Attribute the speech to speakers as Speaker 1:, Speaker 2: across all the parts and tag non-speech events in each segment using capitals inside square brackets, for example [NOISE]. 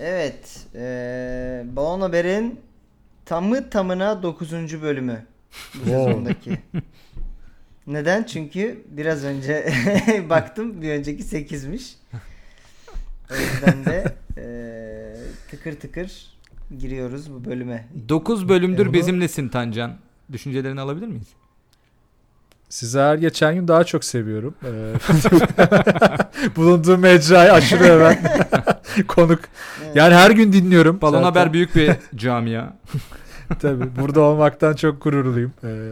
Speaker 1: Evet. Ee, Balon Haber'in tamı tamına 9. bölümü. Bu sezondaki. Neden? Çünkü biraz önce [LAUGHS] baktım bir önceki 8'miş. O yüzden de ee, tıkır tıkır giriyoruz bu bölüme.
Speaker 2: 9 bölümdür
Speaker 3: E, bunu-
Speaker 2: bizimlesin Tancan. Düşüncelerini alabilir miyiz?
Speaker 3: Sizi her geçen gün daha çok seviyorum. Ee, [LAUGHS] Bulunduğum mecrayı aşırı hemen [LAUGHS] konuk.
Speaker 1: Evet.
Speaker 3: Yani her gün dinliyorum.
Speaker 2: Balon
Speaker 3: zaten.
Speaker 2: Haber
Speaker 1: [LAUGHS]
Speaker 2: büyük bir camia.
Speaker 3: [LAUGHS] Tabii burada olmaktan çok gururluyum. Ee,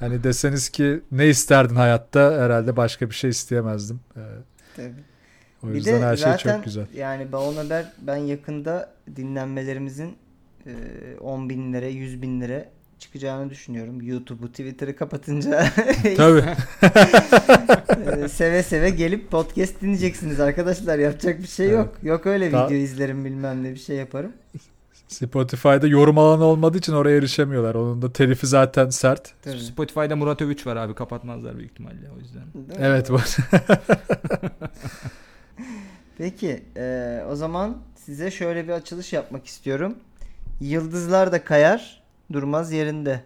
Speaker 3: hani deseniz ki ne isterdin hayatta herhalde başka bir şey isteyemezdim. Ee,
Speaker 1: Tabii.
Speaker 3: o
Speaker 1: Bir
Speaker 3: yüzden
Speaker 1: de
Speaker 3: her şey
Speaker 1: zaten
Speaker 3: çok güzel.
Speaker 1: Yani Balon Haber ben yakında dinlenmelerimizin e, 10 bin lira 100 bin lira çıkacağını düşünüyorum. YouTube'u Twitter'ı kapatınca [LAUGHS]
Speaker 3: Tabii.
Speaker 1: e, seve seve gelip podcast dinleyeceksiniz arkadaşlar. Yapacak bir şey
Speaker 3: Evet.
Speaker 1: yok. Yok öyle
Speaker 3: Daha-
Speaker 1: video izlerim bilmem ne bir şey yaparım.
Speaker 3: Spotify'da yorum alanı olmadığı için oraya erişemiyorlar. Onun da telifi zaten sert.
Speaker 1: Tabii.
Speaker 2: Spotify'da Murat Övüç var abi kapatmazlar büyük ihtimalle o yüzden.
Speaker 1: Değil mi?
Speaker 3: Evet bu.
Speaker 1: Peki e, o zaman size şöyle bir açılış yapmak istiyorum. Yıldızlar da kayar durmaz yerinde.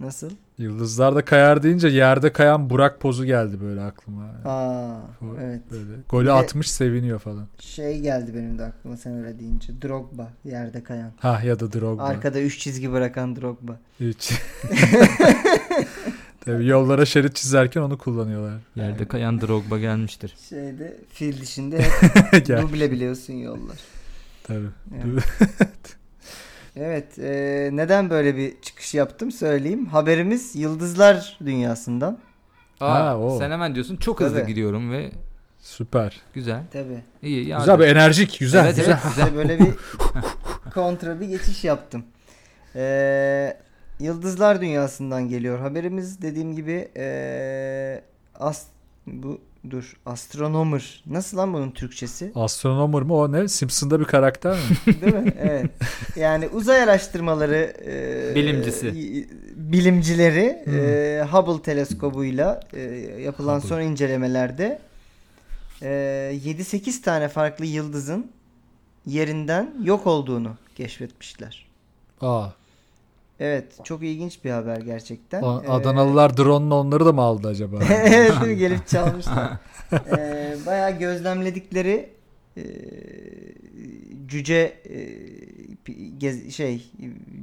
Speaker 1: Nasıl?
Speaker 3: Yıldızlarda kayar deyince yerde kayan Burak pozu geldi böyle aklıma.
Speaker 1: Aa,
Speaker 3: Bu-
Speaker 1: evet.
Speaker 3: Böyle golü
Speaker 1: de-
Speaker 3: atmış seviniyor falan.
Speaker 1: Şey geldi benim de aklıma sen öyle deyince. Drogba yerde kayan.
Speaker 3: Ha ya da Drogba.
Speaker 1: Arkada 3 çizgi bırakan Drogba.
Speaker 3: Hiç.
Speaker 1: [LAUGHS]
Speaker 3: Tabii yollara şerit çizerken onu kullanıyorlar.
Speaker 2: Yerde kayan Drogba gelmiştir.
Speaker 1: Şeyde fil
Speaker 3: [LAUGHS]
Speaker 1: dişinde hep
Speaker 3: Gel,
Speaker 1: duble biliyorsun yollar.
Speaker 3: tabii.
Speaker 1: Evet. Evet, e, neden böyle bir çıkış yaptım söyleyeyim. Haberimiz Yıldızlar Dünyası'ndan.
Speaker 2: Aa,
Speaker 3: Ha, o.
Speaker 2: sen hemen diyorsun çok hızlı
Speaker 1: Tabii.
Speaker 2: gidiyorum ve
Speaker 3: Süper.
Speaker 2: güzel.
Speaker 1: Tabi.
Speaker 2: İyi ya.
Speaker 3: Güzel bir enerjik, güzel,
Speaker 2: Evet,
Speaker 3: güzel.
Speaker 2: evet.
Speaker 1: Size böyle bir kontra bir geçiş yaptım. E, Yıldızlar Dünyası'ndan geliyor haberimiz. Dediğim gibi e, as, bu dur astronomer. Nasıl lan bunun Türkçesi?
Speaker 3: Astronomer mı o ne? Simpson'da bir karakter
Speaker 2: [LAUGHS]
Speaker 3: mi?
Speaker 1: Değil mi? Evet. Yani uzay araştırmaları e,
Speaker 2: Bilimcisi.
Speaker 1: y- bilimcileri
Speaker 3: Hmm.
Speaker 1: e, Hubble teleskobuyla e, yapılan
Speaker 2: Hubble.
Speaker 1: son incelemelerde e, 7-8 tane farklı yıldızın yerinden yok olduğunu keşfetmişler.
Speaker 3: Aa,
Speaker 1: Evet, çok ilginç bir haber gerçekten.
Speaker 3: a-
Speaker 1: Ee,
Speaker 3: Adanalılar drone'la onları da mı aldı acaba?
Speaker 1: [LAUGHS] evet, değil mi? gelip çalmışlar. Ee, bayağı gözlemledikleri e, cüce e, pi- gez- şey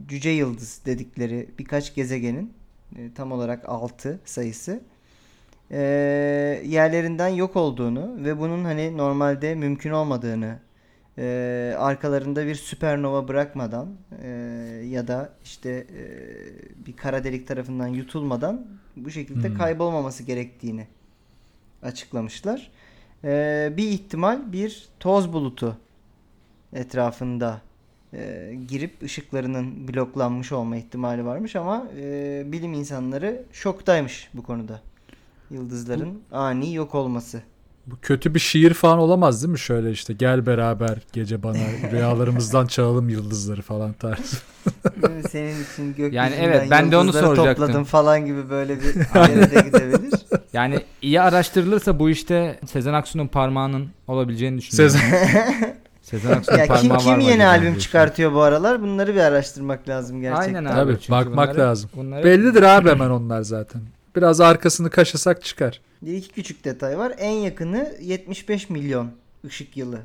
Speaker 1: cüce yıldız dedikleri birkaç gezegenin e, tam olarak 6 sayısı e, yerlerinden yok olduğunu ve bunun hani normalde mümkün olmadığını e, arkalarında bir süpernova bırakmadan e, ya da işte e, bir kara delik tarafından yutulmadan bu şekilde
Speaker 3: Hmm.
Speaker 1: kaybolmaması gerektiğini açıklamışlar. E, bir ihtimal bir toz bulutu etrafında e, girip ışıklarının bloklanmış olma ihtimali varmış ama e, bilim insanları şoktaymış bu konuda. Yıldızların ani yok olması.
Speaker 3: Bu kötü bir şiir falan olamaz değil mi? Şöyle işte gel beraber gece bana rüyalarımızdan çalalım yıldızları falan
Speaker 2: [LAUGHS]
Speaker 3: tarzı.
Speaker 1: Değil mi? Senin için gökyüzünden
Speaker 2: Yani evet, ben de onu
Speaker 1: yıldızları
Speaker 2: soracaktım.
Speaker 1: topladım falan gibi böyle
Speaker 2: [LAUGHS]
Speaker 1: bir yere de gidebilir.
Speaker 2: Yani iyi araştırılırsa bu işte Sezen Aksu'nun parmağının olabileceğini düşünüyorum.
Speaker 3: Sezen
Speaker 2: Sezen Aksu'nun
Speaker 1: ya
Speaker 2: parmağı
Speaker 1: kim
Speaker 2: var
Speaker 1: kim
Speaker 2: mı
Speaker 1: yeni
Speaker 2: acaba
Speaker 1: albüm
Speaker 2: diyorsun.
Speaker 1: çıkartıyor bu aralar? Bunları bir araştırmak lazım gerçekten.
Speaker 2: Aynen abi.
Speaker 3: Tabii,
Speaker 2: çünkü
Speaker 3: bakmak lazım. [LAUGHS]
Speaker 2: bunları- şey
Speaker 3: bellidir abi hemen onlar zaten. Biraz arkasını kaşısak çıkar.
Speaker 1: Bir iki küçük detay var. En yakını 75 milyon ışık yılı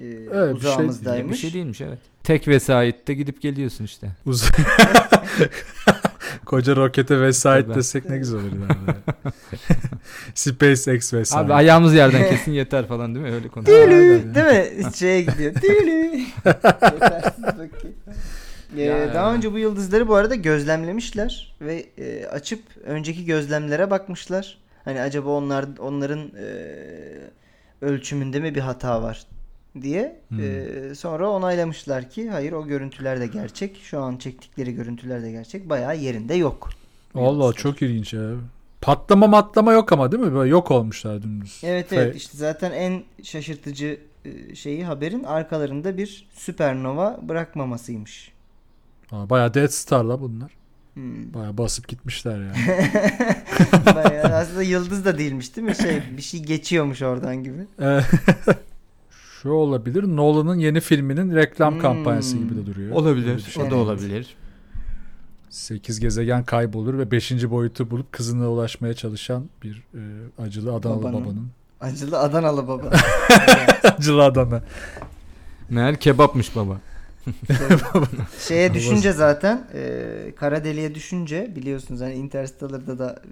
Speaker 1: e,
Speaker 3: bir şey-
Speaker 2: Bir
Speaker 1: uzağımızdaymış.
Speaker 2: şey değilmiş evet. Tek vesayette gidip geliyorsun işte.
Speaker 3: Uz- [LAUGHS] Koca rokete vesait
Speaker 2: Tabii.
Speaker 3: desek ne güzel olur. ileride. [LAUGHS] SpaceX vesait.
Speaker 2: Abi ayağımız yerden kesin yeter falan değil mi? Öyle konu.
Speaker 1: Dülü, değil
Speaker 3: [LAUGHS]
Speaker 1: mi? Şeye gidiyor. Dülü. Yetersiz bakayım. Ee,
Speaker 2: Ya.
Speaker 1: daha önce bu yıldızları bu arada gözlemlemişler ve e, açıp önceki gözlemlere bakmışlar. Hani acaba onlar onların e, ölçümünde mi bir hata var diye.
Speaker 3: Hmm.
Speaker 1: E, sonra onaylamışlar ki hayır o görüntüler de gerçek. Şu an çektikleri görüntüler de gerçek. Bayağı yerinde yok.
Speaker 3: Allah çok ilginç ya. Patlama matlama yok ama değil mi? Böyle yok olmuşlar dümdüz.
Speaker 1: Evet
Speaker 3: Fe-
Speaker 1: evet işte zaten en şaşırtıcı e, şeyi haberin arkalarında bir süpernova bırakmamasıymış.
Speaker 3: Aa, Bayağı Death Star'la bunlar. [LAUGHS]
Speaker 1: Hmm.
Speaker 3: Bayağı basıp gitmişler [LAUGHS] yani.
Speaker 1: Bayağı aslında yıldız da değilmiş değil mi? Şey bir şey geçiyormuş oradan gibi.
Speaker 3: Ee, [LAUGHS] Şu olabilir. Nolan'ın yeni filminin reklam
Speaker 1: Hmm.
Speaker 3: kampanyası gibi de duruyor. Öyle bir
Speaker 4: Olabilir.
Speaker 3: şey.
Speaker 4: O da
Speaker 1: Evet.
Speaker 4: olabilir.
Speaker 3: 8 gezegen kaybolur ve 5. boyutu bulup kızına ulaşmaya çalışan bir e, acılı Adanalı
Speaker 1: Babanın.
Speaker 3: babanın. [LAUGHS]
Speaker 1: Acılı Adanalı baba.
Speaker 3: acılı Adana.
Speaker 2: Meğer kebapmış baba.
Speaker 1: Şeye düşünce zaten e, kara deliğe düşünce biliyorsunuz hani Interstellar'da da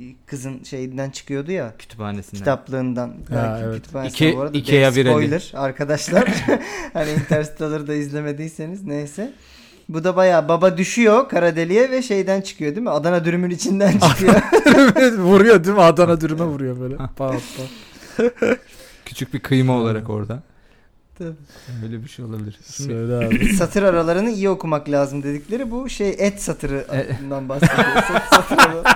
Speaker 1: e, kızın şeyinden çıkıyordu ya
Speaker 4: Kütüphanesinden.
Speaker 1: kitaplığından. Belki
Speaker 3: evet.
Speaker 1: kütüphanesinden
Speaker 2: İki-
Speaker 1: bu arada.
Speaker 2: ikiye
Speaker 1: Dev
Speaker 2: vireli.
Speaker 1: Spoiler
Speaker 3: [LAUGHS]
Speaker 1: arkadaşlar. hani Interstellar'da izlemediyseniz neyse. Bu da bayağı baba düşüyor kara deliğe ve şeyden çıkıyor değil mi? Adana dürümün içinden
Speaker 3: [LAUGHS]
Speaker 1: çıkıyor.
Speaker 3: vuruyor değil mi? Adana dürüme vuruyor [LAUGHS] böyle. Pat pat.
Speaker 2: Küçük bir kıyma olarak orada.
Speaker 1: Tabii.
Speaker 2: Öyle bir şey olabilir. Şimdi
Speaker 3: Söyle abi.
Speaker 1: Satır aralarını iyi okumak lazım dedikleri bu şey et
Speaker 3: E-
Speaker 1: satırından bahsediyor.
Speaker 3: [LAUGHS]
Speaker 1: Sat- satır araları.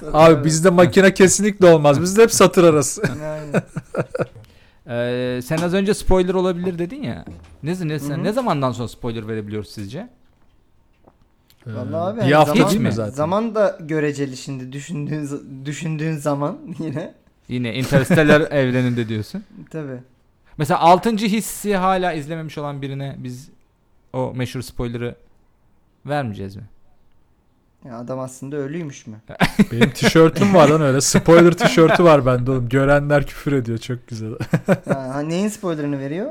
Speaker 1: Satır
Speaker 3: Abi bizde makine kesinlikle olmaz. Bizde hep satır arası.
Speaker 1: araları. Aynen.
Speaker 2: Ee, sen az önce spoiler olabilir dedin ya. Ne, ne, sen
Speaker 1: Hı hı.
Speaker 2: ne zamandan sonra spoiler verebiliyoruz sizce?
Speaker 1: Vallahi abi
Speaker 3: Ee, bir
Speaker 1: hani
Speaker 3: hafta
Speaker 1: zaman-
Speaker 3: değil mi
Speaker 2: Hiç
Speaker 3: zaten?
Speaker 1: Zaman da göreceli şimdi düşündüğün z- düşündüğün zaman yine.
Speaker 2: Yine Interstellar evreninde diyorsun.
Speaker 1: Tabii.
Speaker 2: Mesela 6. hissi hala izlememiş olan birine biz o meşhur spoiler'ı vermeyeceğiz mi?
Speaker 1: Ya adam aslında ölüymüş mü?
Speaker 3: Benim tişörtüm var lan öyle. Spoiler tişörtü var bende oğlum. Görenler küfür ediyor. Çok güzel.
Speaker 1: Ha, neyin spoilerını veriyor?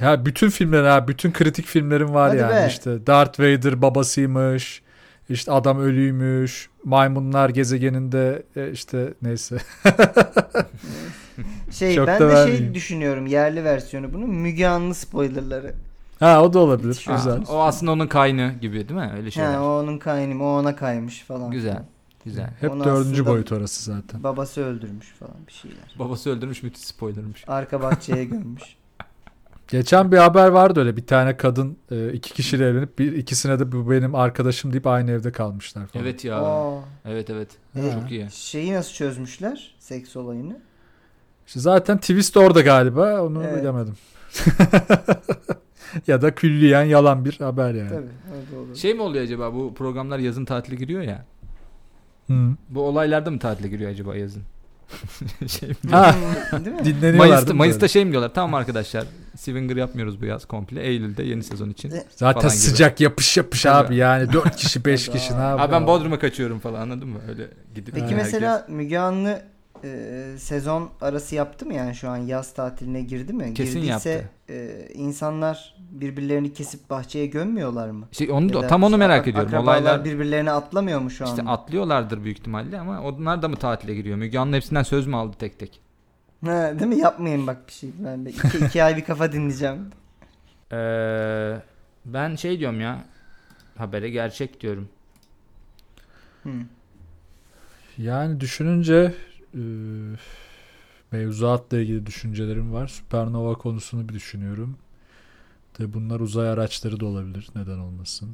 Speaker 3: Ya bütün filmler ha bütün kritik filmlerim var
Speaker 1: Hadi
Speaker 3: yani
Speaker 1: be.
Speaker 3: işte Darth Vader babasıymış. işte adam ölüymüş. Maymunlar gezegeninde e, işte neyse.
Speaker 1: Şey
Speaker 3: Çok
Speaker 1: ben
Speaker 3: da
Speaker 1: de
Speaker 3: vermeyeyim.
Speaker 1: şey düşünüyorum yerli versiyonu bunun Müge Anlı spoilerları.
Speaker 3: Ha o da olabilir.
Speaker 2: Aa,
Speaker 3: Güzel.
Speaker 2: o aslında onun kaynağı gibi değil mi?
Speaker 3: Şey
Speaker 2: Öyle şeyler.
Speaker 1: Ha, o onun kaynım o ona kaymış falan.
Speaker 2: Güzel. Güzel.
Speaker 3: Hep
Speaker 1: Onu
Speaker 3: dördüncü
Speaker 1: aslında-
Speaker 3: boyut orası zaten.
Speaker 1: Babası öldürmüş falan bir şeyler.
Speaker 2: Babası öldürmüş müthiş spoilermış.
Speaker 1: Arka bahçeye gömmüş.
Speaker 3: Geçen bir haber vardı öyle bir tane kadın e, iki kişiyle evlenip bir ikisine de bu benim arkadaşım deyip aynı evde kalmışlar falan.
Speaker 2: Evet [LAUGHS] ya.
Speaker 1: Aa,
Speaker 2: Evet evet.
Speaker 3: Ha.
Speaker 2: Çok iyi.
Speaker 1: şeyi nasıl çözmüşler? Seks olayını.
Speaker 3: İşte zaten twist orada galiba. Onu
Speaker 1: Evet.
Speaker 3: bilemedim. [LAUGHS] ya da külliyen yalan bir haber yani.
Speaker 1: Tabii o da olur.
Speaker 2: Şey mi oluyor acaba bu programlar yazın tatile giriyor ya.
Speaker 3: Hı.
Speaker 2: Bu olaylarda mı tatile giriyor acaba yazın? [LAUGHS] şey mi?
Speaker 3: Ha
Speaker 1: Değil mi?
Speaker 3: dinleniyorlar. değil mi
Speaker 2: Mayıs'ta,
Speaker 3: böyle?
Speaker 2: Mayıs'ta şey mi diyorlar? Tamam arkadaşlar. Swinger yapmıyoruz bu yaz komple. Eylül'de yeni sezon için.
Speaker 1: E,
Speaker 3: Zaten
Speaker 2: falan gibi.
Speaker 3: sıcak yapış yapış
Speaker 2: Tabii.
Speaker 3: abi yani 4
Speaker 1: [LAUGHS]
Speaker 3: kişi 5 kişi ne yapıyor?
Speaker 2: Aa ben Bodrum'a kaçıyorum falan anladın mı? Öyle gidip.
Speaker 1: Peki
Speaker 3: Ha,
Speaker 1: mesela Müge Anlı e, sezon arası yaptı mı yani şu an yaz tatiline girdi mi?
Speaker 2: Kesin
Speaker 1: Girdiyse
Speaker 2: yaptı.
Speaker 1: e, insanlar birbirlerini kesip bahçeye gömmüyorlar mı?
Speaker 2: Şey onu
Speaker 1: Ya
Speaker 2: da,
Speaker 1: da
Speaker 2: tam onu
Speaker 1: işte
Speaker 2: merak
Speaker 1: ak-
Speaker 2: ediyorum.
Speaker 1: akrabalar
Speaker 2: Olaylar
Speaker 1: birbirlerine atlamıyor mu şu an?
Speaker 2: işte atlıyorlardır büyük ihtimalle ama onlar da mı tatile giriyor? Müge Anlı hepsinden söz mü aldı tek tek?
Speaker 1: Ha, değil mi? Yapmayın bak bir şey. Ben de iki, iki ay bir kafa dinleyeceğim.
Speaker 2: Ee, ben şey diyorum ya. Habere gerçek diyorum.
Speaker 1: Hı.
Speaker 3: Yani düşününce e, mevzuatla ilgili düşüncelerim var. Süpernova konusunu bir düşünüyorum. De bunlar uzay araçları da olabilir. Neden olmasın?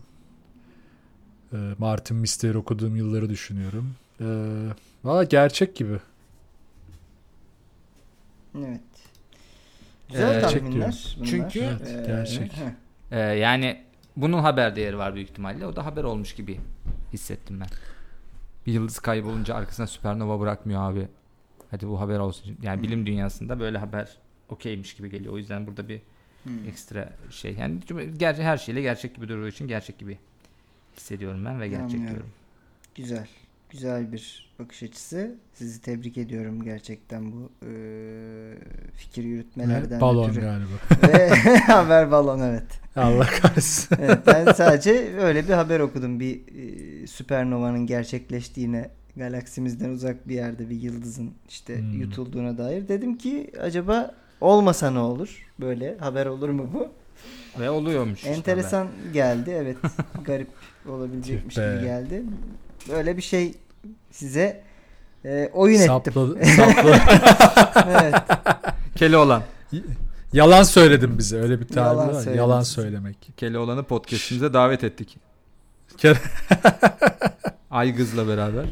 Speaker 3: E, Martin Mystery okuduğum yılları düşünüyorum. E, Valla gerçek gibi.
Speaker 1: Evet. Güzel
Speaker 2: Ee,
Speaker 1: tahminler bunlar.
Speaker 2: Çünkü-
Speaker 3: Evet,
Speaker 1: Ee,
Speaker 3: gerçek.
Speaker 1: heh.
Speaker 2: Ee, yani bunun haber değeri var büyük ihtimalle. O da haber olmuş gibi hissettim ben. Bir yıldız kaybolunca arkasına süpernova bırakmıyor abi. Hadi bu haber olsun. Yani bilim dünyasında böyle haber okeymiş gibi geliyor. O yüzden burada bir
Speaker 1: Hmm.
Speaker 2: ekstra şey. Yani çünkü gerçi her şeyle gerçek gibi durduğu için gerçek gibi hissediyorum ben ve gerçek
Speaker 1: Anlıyorum.
Speaker 2: diyorum.
Speaker 1: Güzel. Güzel bir bakış açısı. Sizi tebrik ediyorum gerçekten bu e, fikir yürütmelerden
Speaker 3: Ve balon
Speaker 1: ötürü.
Speaker 3: galiba. [LAUGHS]
Speaker 1: Ve [LAUGHS] haber balon evet.
Speaker 3: Allah kahretsin.
Speaker 1: evet. Ben sadece öyle bir haber okudum. Bir e, süpernovanın gerçekleştiğine galaksimizden uzak bir yerde bir yıldızın işte
Speaker 3: Hmm.
Speaker 1: yutulduğuna dair. Dedim ki acaba olmasa ne olur? Böyle haber olur mu bu?
Speaker 2: Ve oluyormuş. işte haber.
Speaker 1: Enteresan geldi
Speaker 3: [LAUGHS]
Speaker 1: evet. Garip olabilecekmiş
Speaker 3: Tüh be.
Speaker 1: gibi geldi. Böyle bir şey size e, oyun ettim.
Speaker 3: Sapladı, sapladı.
Speaker 1: [LAUGHS] evet.
Speaker 2: Keloğlan.
Speaker 3: Yalan söyledim bize. Öyle bir tabir
Speaker 1: Yalan
Speaker 3: var.
Speaker 1: söyledim
Speaker 3: Yalan
Speaker 1: size.
Speaker 3: söylemek.
Speaker 2: Keloğlan'ı podcast'imize davet ettik.
Speaker 1: [LAUGHS]
Speaker 2: Aygız'la beraber.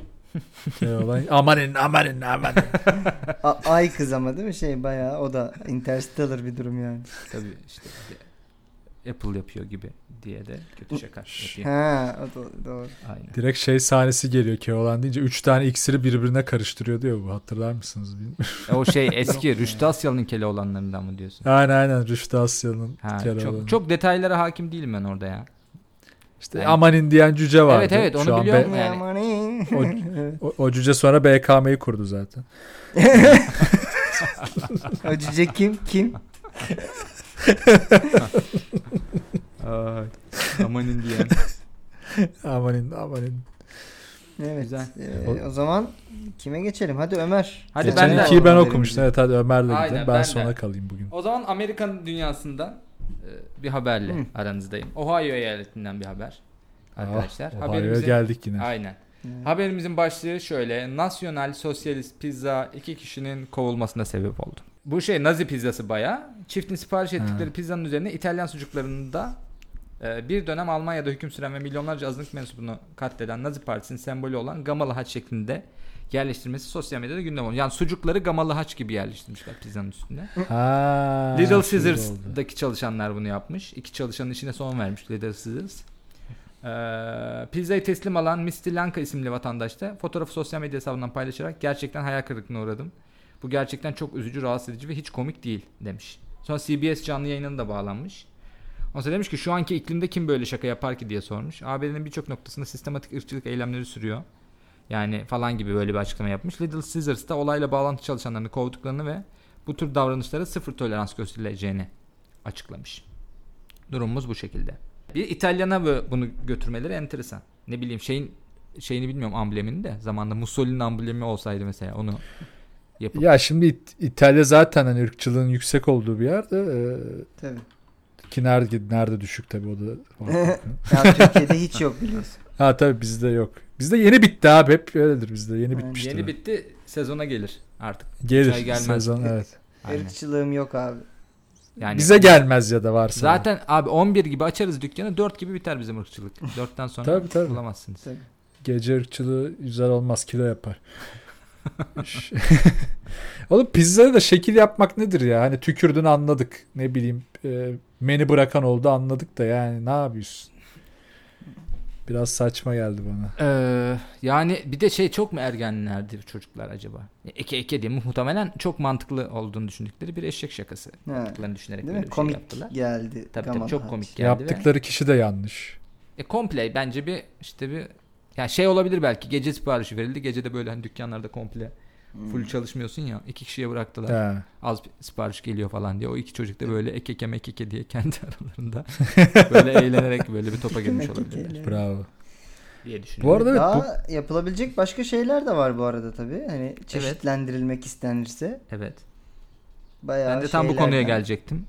Speaker 3: Şey Olay. Amanin amanin amanin.
Speaker 1: A- ay kız ama değil mi şey bayağı o da interstellar bir durum yani.
Speaker 2: Tabii işte Apple yapıyor gibi diye de kötü şaka yapayım.
Speaker 1: Ha, o do- doğru.
Speaker 2: Aynen.
Speaker 3: Direkt şey sahnesi geliyor Keolan deyince. Üç tane iksiri birbirine karıştırıyor diyor bu. Hatırlar mısınız bilmiyorum. [LAUGHS]
Speaker 2: E, o şey eski Rüştü Asyalı'nın kele olanlarından mı diyorsun?
Speaker 3: aynen aynen Rüştü Asya'nın
Speaker 2: Ha,
Speaker 3: Keolan'ın.
Speaker 2: çok, çok detaylara hakim değilim ben orada ya.
Speaker 3: İşte Amanin diyen cüce vardı.
Speaker 2: evet, onu
Speaker 3: Şu an
Speaker 2: biliyorum
Speaker 3: be-
Speaker 2: Yani-
Speaker 1: Yani.
Speaker 3: O, o, o cüce sonra BKM'yi kurdu zaten.
Speaker 1: [LAUGHS] o cüce kim? Kim?
Speaker 2: Amanin diyen.
Speaker 3: Amanin, Amanin.
Speaker 1: Evet.
Speaker 2: Güzel.
Speaker 1: Ee, o zaman kime geçelim? Hadi Ömer.
Speaker 2: Hadi
Speaker 1: Sen
Speaker 2: ben
Speaker 3: Geçen
Speaker 2: de-
Speaker 1: de
Speaker 3: ikiyi ben
Speaker 1: alalım
Speaker 3: okumuştum.
Speaker 1: elimizi.
Speaker 3: Evet hadi Ömer'le
Speaker 2: Aynen,
Speaker 3: gidelim. Ben,
Speaker 2: ben de.
Speaker 3: sona kalayım bugün.
Speaker 2: [LAUGHS] O zaman Amerikan dünyasından e, bir haberle
Speaker 1: Hı.
Speaker 2: aranızdayım. Ohio eyaletinden bir haber arkadaşlar.
Speaker 3: Ah, Ohio'ya
Speaker 2: Haberimizin
Speaker 3: geldik yine.
Speaker 2: Aynen.
Speaker 1: Evet.
Speaker 2: Haberimizin başlığı şöyle. Nasyonal Sosyalist Pizza iki kişinin kovulmasına sebep oldu. Bu şey Nazi pizzası baya. Çiftin sipariş ettikleri pizzanın üzerine İtalyan sucuklarında e, bir dönem Almanya'da hüküm süren ve milyonlarca azınlık mensubunu katleden Nazi Partisi'nin sembolü olan gamalı haç şeklinde yerleştirmesi sosyal medyada gündem oldu. Yani sucukları gamalı haç gibi yerleştirmişler pizzanın üstüne.
Speaker 3: Ha,
Speaker 2: Little
Speaker 3: şimdi oldu.
Speaker 2: Caesars'daki çalışanlar bunu yapmış. İki çalışanın işine son vermiş Little Caesars. Ee, pizzayı teslim alan Misty Lanka isimli vatandaş da fotoğrafı sosyal medya hesabından paylaşarak gerçekten hayal kırıklığına uğradım. Bu gerçekten çok üzücü, rahatsız edici ve hiç komik değil demiş. Sonra CBS canlı yayınına da bağlanmış. Ondan sonra demiş ki şu anki iklimde kim böyle şaka yapar ki diye sormuş. ABD'nin birçok noktasında sistematik ırkçılık eylemleri sürüyor. Yani falan gibi böyle bir açıklama yapmış. Little Caesars da olayla bağlantı çalışanlarını kovduklarını ve bu tür davranışlara sıfır tolerans gösterileceğini açıklamış. Durumumuz bu şekilde. Bir İtalyana bu- bunu götürmeleri enteresan. Ne bileyim şeyin şeyini bilmiyorum amblemini de. Zamanında Mussolini amblemi olsaydı mesela onu yapıp
Speaker 3: Ya şimdi İt- İtalya zaten hani ırkçılığın yüksek olduğu bir yerde. Ee,
Speaker 1: Tabii.
Speaker 3: ki nerede, nerede düşük tabii o da.
Speaker 1: Ya, Türkiye'de hiç yok biliyorsun.
Speaker 3: ha tabii bizde yok. Bizde yeni bitti abi. Hep öyledir bizde. Yeni
Speaker 1: Aynen.
Speaker 3: bitmiştir.
Speaker 2: yeni bitti sezona gelir artık.
Speaker 3: Gelir
Speaker 2: Çay gelmez.
Speaker 3: sezon evet.
Speaker 2: Aynen.
Speaker 1: Irkçılığım yok abi.
Speaker 2: Yani
Speaker 3: Bize gelmez ya da varsa.
Speaker 2: zaten abi 11 gibi açarız dükkanı 4 gibi biter bizim
Speaker 3: [LAUGHS]
Speaker 2: ırkçılık. 4'ten sonra
Speaker 3: Tabii, tabii.
Speaker 2: bulamazsınız.
Speaker 1: Tabii.
Speaker 3: Gece ırkçılığı güzel olmaz kilo yapar. [LAUGHS] Oğlum pizzada da şekil yapmak nedir ya? Hani tükürdün anladık. Ne bileyim e, menü bırakan oldu anladık da yani ne yapıyorsun? Biraz saçma geldi bana.
Speaker 2: Ee, yani bir de şey çok mu ergenlerdi çocuklar acaba? Eke eke diye muhtemelen çok mantıklı olduğunu düşündükleri bir eşek şakası.
Speaker 1: Ha.
Speaker 2: yaptıklarını düşünerek
Speaker 1: Değil
Speaker 2: böyle
Speaker 1: mi?
Speaker 2: bir
Speaker 1: Komik şey
Speaker 2: şey yaptılar.
Speaker 1: geldi.
Speaker 2: Tabii
Speaker 1: Gamal
Speaker 2: tabii çok
Speaker 1: Hat.
Speaker 2: komik geldi. Yaptıkları...
Speaker 3: Yaptıkları kişi de yanlış.
Speaker 2: Ve, e, komple bence bir işte bir ya şey olabilir belki gece siparişi verildi. Gece de böyle hani dükkanlarda komple
Speaker 1: Hmm.
Speaker 2: full çalışmıyorsun ya. iki kişiye bıraktılar.
Speaker 3: He.
Speaker 2: Az bir sipariş geliyor falan diye. O iki çocuk da böyle ekeke mekeke diye kendi
Speaker 3: [LAUGHS]
Speaker 2: [LAUGHS] aralarında böyle eğlenerek böyle bir topa girmiş olabilirler
Speaker 3: Bravo.
Speaker 2: diye
Speaker 3: Bu
Speaker 2: düşünüyorum.
Speaker 3: arada evet, bu,
Speaker 1: Daha yapılabilecek başka şeyler de var bu arada tabii. Hani çeşitlendirilmek istenirse
Speaker 2: evet.
Speaker 1: bayağı
Speaker 2: Ben de tam bu
Speaker 1: şeylerden-
Speaker 2: konuya gelecektim.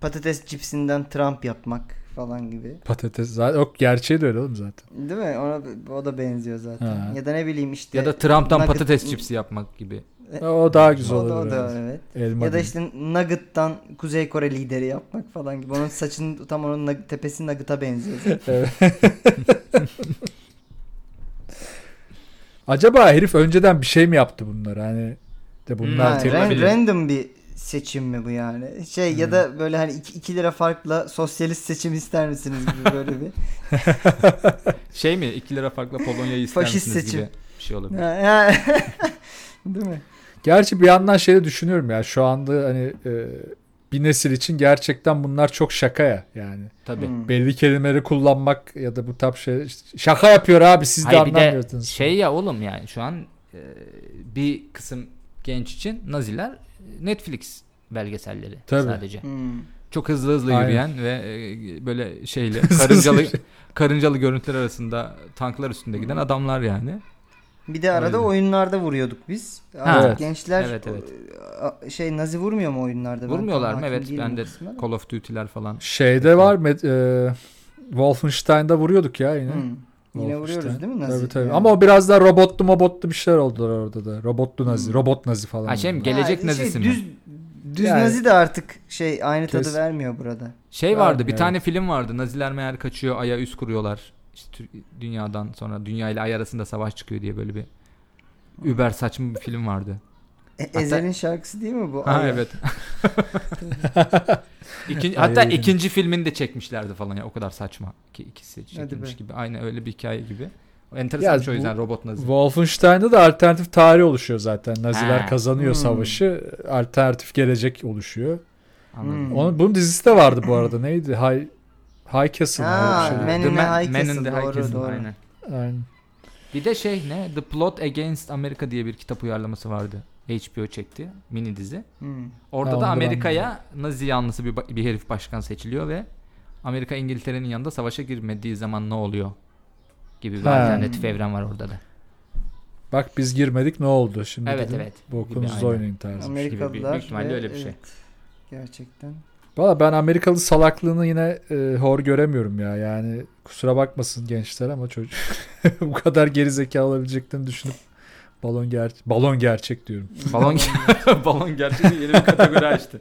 Speaker 1: Patates cipsinden Trump yapmak falan gibi.
Speaker 3: patates zaten yok gerçeği de öyle oğlum zaten.
Speaker 1: Değil mi? Ona o da benziyor zaten.
Speaker 3: Ha.
Speaker 1: Ya da ne bileyim işte
Speaker 2: Ya da Trump'tan
Speaker 1: nugget-
Speaker 2: patates cipsi yapmak gibi.
Speaker 3: O daha güzel
Speaker 1: O da
Speaker 3: olur.
Speaker 1: o da
Speaker 3: herhalde.
Speaker 1: evet.
Speaker 3: Elma
Speaker 1: Ya da
Speaker 3: değil.
Speaker 1: işte Nugget'tan Kuzey Kore lideri yapmak falan gibi. Onun saçının [LAUGHS] tam onun nug- tepesi Nugget'a benziyor.
Speaker 3: [LAUGHS] Acaba herif önceden bir şey mi yaptı bunlar? Hani de bunlar
Speaker 2: Ha,
Speaker 1: Yani
Speaker 3: tepki-
Speaker 1: ran-
Speaker 2: olabilir. Hmm.
Speaker 1: random bir seçim mi bu yani? Şey ya da böyle hani 2 lira farkla sosyalist seçim ister misiniz gibi böyle
Speaker 2: [LAUGHS]
Speaker 1: bir.
Speaker 2: Şey mi? 2 lira farkla Polonya'yı ister
Speaker 1: Faşist
Speaker 2: misiniz
Speaker 1: seçim.
Speaker 2: gibi bir şey olabilir.
Speaker 1: Ha, ha. [LAUGHS] Değil mi?
Speaker 3: Gerçi bir yandan şey de düşünüyorum ya şu anda hani e, bir nesil için gerçekten bunlar çok şaka ya yani.
Speaker 2: Tabii.
Speaker 1: Hmm.
Speaker 3: Belli kelimeleri kullanmak ya da bu tap şey işte şaka yapıyor abi siz de
Speaker 2: Hayır, bir de
Speaker 3: anlamıyorsunuz.
Speaker 2: şey ya oğlum yani şu an e, bir kısım genç için Naziler e, Netflix belgeselleri
Speaker 3: Tabii.
Speaker 2: sadece.
Speaker 1: Hmm.
Speaker 2: Çok hızlı hızlı
Speaker 3: Aynen.
Speaker 2: yürüyen ve e, böyle şeyle karıncalı karıncalı görüntüler arasında tanklar üstünde giden adamlar yani.
Speaker 1: Bir de arada
Speaker 3: Öyle.
Speaker 1: oyunlarda vuruyorduk biz.
Speaker 2: Ha,
Speaker 1: Artık
Speaker 3: evet.
Speaker 1: gençler
Speaker 2: Evet, evet.
Speaker 1: a- şey Nazi vurmuyor mu oyunlarda? Ben tam
Speaker 2: Vurmuyorlar mı?
Speaker 1: hakim
Speaker 2: Evet,
Speaker 1: değilim
Speaker 2: ben
Speaker 1: o
Speaker 2: de-
Speaker 1: kısmına da.
Speaker 2: Call of Duty'ler falan.
Speaker 3: Şeyde var med- e, Wolfenstein'da vuruyorduk ya yine.
Speaker 1: Hmm. Yine
Speaker 3: Wolfenstein.
Speaker 1: vuruyoruz değil mi Nazi?
Speaker 3: Tabii tabii.
Speaker 1: Yani.
Speaker 3: Ama o biraz daha robotlu mobotlu bir şeyler oldular orada da. Robotlu nazi,
Speaker 1: Hmm.
Speaker 3: robot nazi falan.
Speaker 2: Ha, şey mi,
Speaker 3: oldular.
Speaker 2: Gelecek
Speaker 1: şey,
Speaker 2: Nazisi mi?
Speaker 1: Düz, düz
Speaker 3: Yani-
Speaker 1: Nazi de artık şey aynı tadı
Speaker 3: Kesin.
Speaker 1: vermiyor burada.
Speaker 2: Şey vardı
Speaker 3: Aynen,
Speaker 2: bir
Speaker 3: evet.
Speaker 2: tane film vardı. Naziler meğer kaçıyor, aya üst kuruyorlar. İşte Tür- dünyadan sonra dünya ile ay arasında savaş çıkıyor diye böyle bir über saçma bir film vardı.
Speaker 1: E- [LAUGHS]
Speaker 2: Hatta-
Speaker 1: Ezel'in şarkısı değil mi bu?
Speaker 2: Ha
Speaker 1: Ay-
Speaker 2: evet. İkinci, hatta
Speaker 3: Ay.
Speaker 2: ikinci filmini de çekmişlerdi falan ya o kadar saçma ki ikisi
Speaker 1: be.
Speaker 2: çekilmiş gibi. Aynı öyle bir hikaye gibi. Enteresan
Speaker 3: Ya
Speaker 2: o yüzden
Speaker 3: bu-
Speaker 2: robot nazi.
Speaker 3: Wolfenstein'de de alternatif tarih oluşuyor zaten. Naziler
Speaker 2: Ha.
Speaker 3: kazanıyor
Speaker 1: Hmm.
Speaker 3: savaşı. Alternatif gelecek oluşuyor.
Speaker 2: Anladım.
Speaker 1: Hmm.
Speaker 3: Onun, bunun dizisi de vardı bu arada. Neydi? High, High Castle. mı?
Speaker 1: Ha,
Speaker 3: Öyle
Speaker 1: Man
Speaker 3: bir şey.
Speaker 1: in
Speaker 2: The
Speaker 1: the
Speaker 2: Man-
Speaker 1: High
Speaker 2: Man in
Speaker 1: Castle,
Speaker 2: the High
Speaker 1: doğru,
Speaker 2: Castle,
Speaker 1: doğru.
Speaker 2: aynen.
Speaker 3: Aynen.
Speaker 2: Bir de şey ne? The Plot Against America diye bir kitap uyarlaması vardı. HBO çekti. Mini dizi.
Speaker 1: Hmm.
Speaker 2: Orada
Speaker 3: Ha,
Speaker 2: da
Speaker 3: ondan
Speaker 2: Amerika'ya Nazi yanlısı bir, ba- bir herif başkan seçiliyor ve Amerika İngiltere'nin yanında savaşa girmediği zaman ne oluyor? Gibi bir
Speaker 3: Ha.
Speaker 2: alternatif evren var orada da.
Speaker 3: Bak biz girmedik ne oldu? Şimdi
Speaker 2: Evet,
Speaker 3: gidin,
Speaker 2: evet.
Speaker 3: Bu
Speaker 2: Gibi, aynen.
Speaker 3: konumuzda oynayın tarzı. bir şey.
Speaker 1: Amerikalılar
Speaker 2: büyük ihtimalle
Speaker 1: ve-
Speaker 2: öyle bir şey.
Speaker 1: evet. gerçekten.
Speaker 3: Valla ben Amerikalı salaklığını yine e, hor göremiyorum ya. Yani kusura bakmasın gençler ama çocuk [LAUGHS] bu kadar geri zekalı olabileceklerini düşünüp balon ger balon gerçek diyorum. [LAUGHS]
Speaker 2: Balon [LAUGHS] balon gerçekten yeni bir kategori açtı.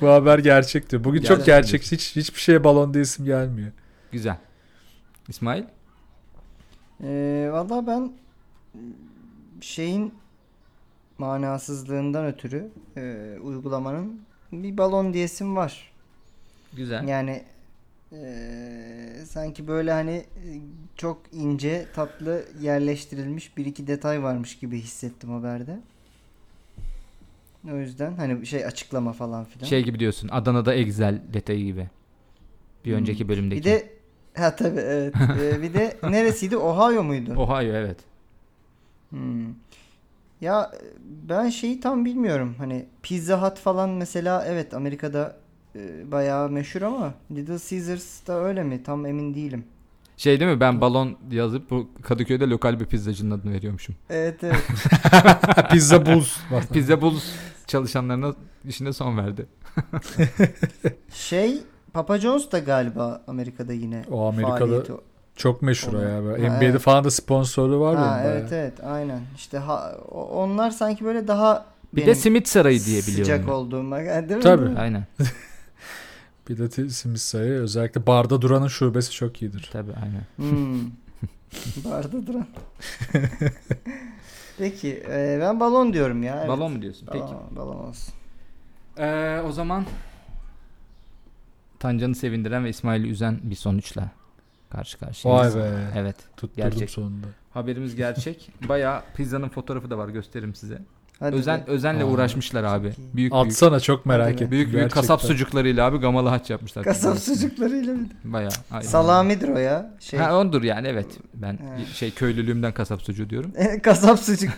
Speaker 3: bu haber gerçek diyor. Bugün çok
Speaker 2: Gerçek
Speaker 3: gerçek. Hiç hiçbir şeye balon diye isim gelmiyor.
Speaker 2: Güzel. İsmail?
Speaker 1: Ee, Valla ben şeyin manasızlığından ötürü e, uygulamanın bir balon diyesim var.
Speaker 2: Güzel.
Speaker 1: Yani eee, sanki böyle hani e, çok ince tatlı yerleştirilmiş bir iki detay varmış gibi hissettim haberde. O yüzden hani şey açıklama falan filan.
Speaker 2: Şey gibi diyorsun. Adana'da Excel detayı gibi. Bir
Speaker 1: Hmm.
Speaker 2: önceki bölümdeki.
Speaker 1: bir de ha tabii evet. Ee, bir de neresiydi? Ohio muydu?
Speaker 2: Ohio evet.
Speaker 1: Hmm. Ya e, ben şeyi tam bilmiyorum. Hani Pizza Hut falan mesela evet Amerika'da e, bayağı meşhur ama Little Caesars da öyle mi? Tam emin değilim.
Speaker 2: Şey değil mi ben balon yazıp bu Kadıköy'de lokal bir pizzacının adını veriyormuşum.
Speaker 1: Evet evet.
Speaker 3: Pizza [LAUGHS] buz.
Speaker 2: Pizza Bulls çalışanlarına işine son verdi.
Speaker 1: Şey Papa John's da galiba Amerika'da yine
Speaker 3: O Amerika'da
Speaker 1: faaliyeti-
Speaker 3: çok meşhur o
Speaker 1: Onu-
Speaker 3: ya. Böyle
Speaker 1: Ha,
Speaker 3: NBA'de
Speaker 1: evet.
Speaker 3: falan da sponsoru var
Speaker 1: Ha,
Speaker 3: ya.
Speaker 1: evet evet aynen. İşte ha, o- onlar sanki böyle daha
Speaker 2: Bir de
Speaker 1: benim
Speaker 2: simit sarayı diye biliyorum.
Speaker 1: Sıcak
Speaker 2: ben.
Speaker 1: olduğum bak- değil mi?
Speaker 3: Tabii.
Speaker 1: Değil mi?
Speaker 2: Aynen.
Speaker 3: Bir de Tim Smith sayı özellikle barda duranın şubesi çok iyidir.
Speaker 2: Tabii aynen. [LAUGHS]
Speaker 1: Hmm. Barda duran. Peki e, ben balon diyorum ya. evet.
Speaker 2: Balon mu diyorsun? Peki.
Speaker 1: Balon, balon olsun.
Speaker 2: Ee, o zaman Tancan'ı sevindiren ve İsmail'i üzen bir sonuçla karşı karşıyayız.
Speaker 3: Vay be.
Speaker 2: Evet.
Speaker 3: Tutturdum
Speaker 2: Gerçek.
Speaker 3: sonunda.
Speaker 1: [LAUGHS]
Speaker 2: Haberimiz gerçek. Bayağı pizzanın fotoğrafı da var gösteririm size.
Speaker 1: Hadi
Speaker 2: Özen
Speaker 1: be.
Speaker 2: özenle
Speaker 3: Aa,
Speaker 2: uğraşmışlar abi.
Speaker 1: çok iyi.
Speaker 2: Büyük büyük.
Speaker 3: Atsana çok merak
Speaker 1: Hadi be.
Speaker 3: ettim.
Speaker 2: Büyük büyük
Speaker 3: gerçekten.
Speaker 2: kasap sucuklarıyla abi gamalı haç yapmışlar.
Speaker 1: Kasap
Speaker 2: pizzanın.
Speaker 1: sucuklarıyla bir de.
Speaker 2: Bayağı. aynen.
Speaker 1: Salamidir o ya. Şey.
Speaker 2: Ha ondur yani evet. Ben
Speaker 1: He.
Speaker 2: şey köylülüğümden kasap sucuğu diyorum.
Speaker 1: [LAUGHS] Kasap sucuk.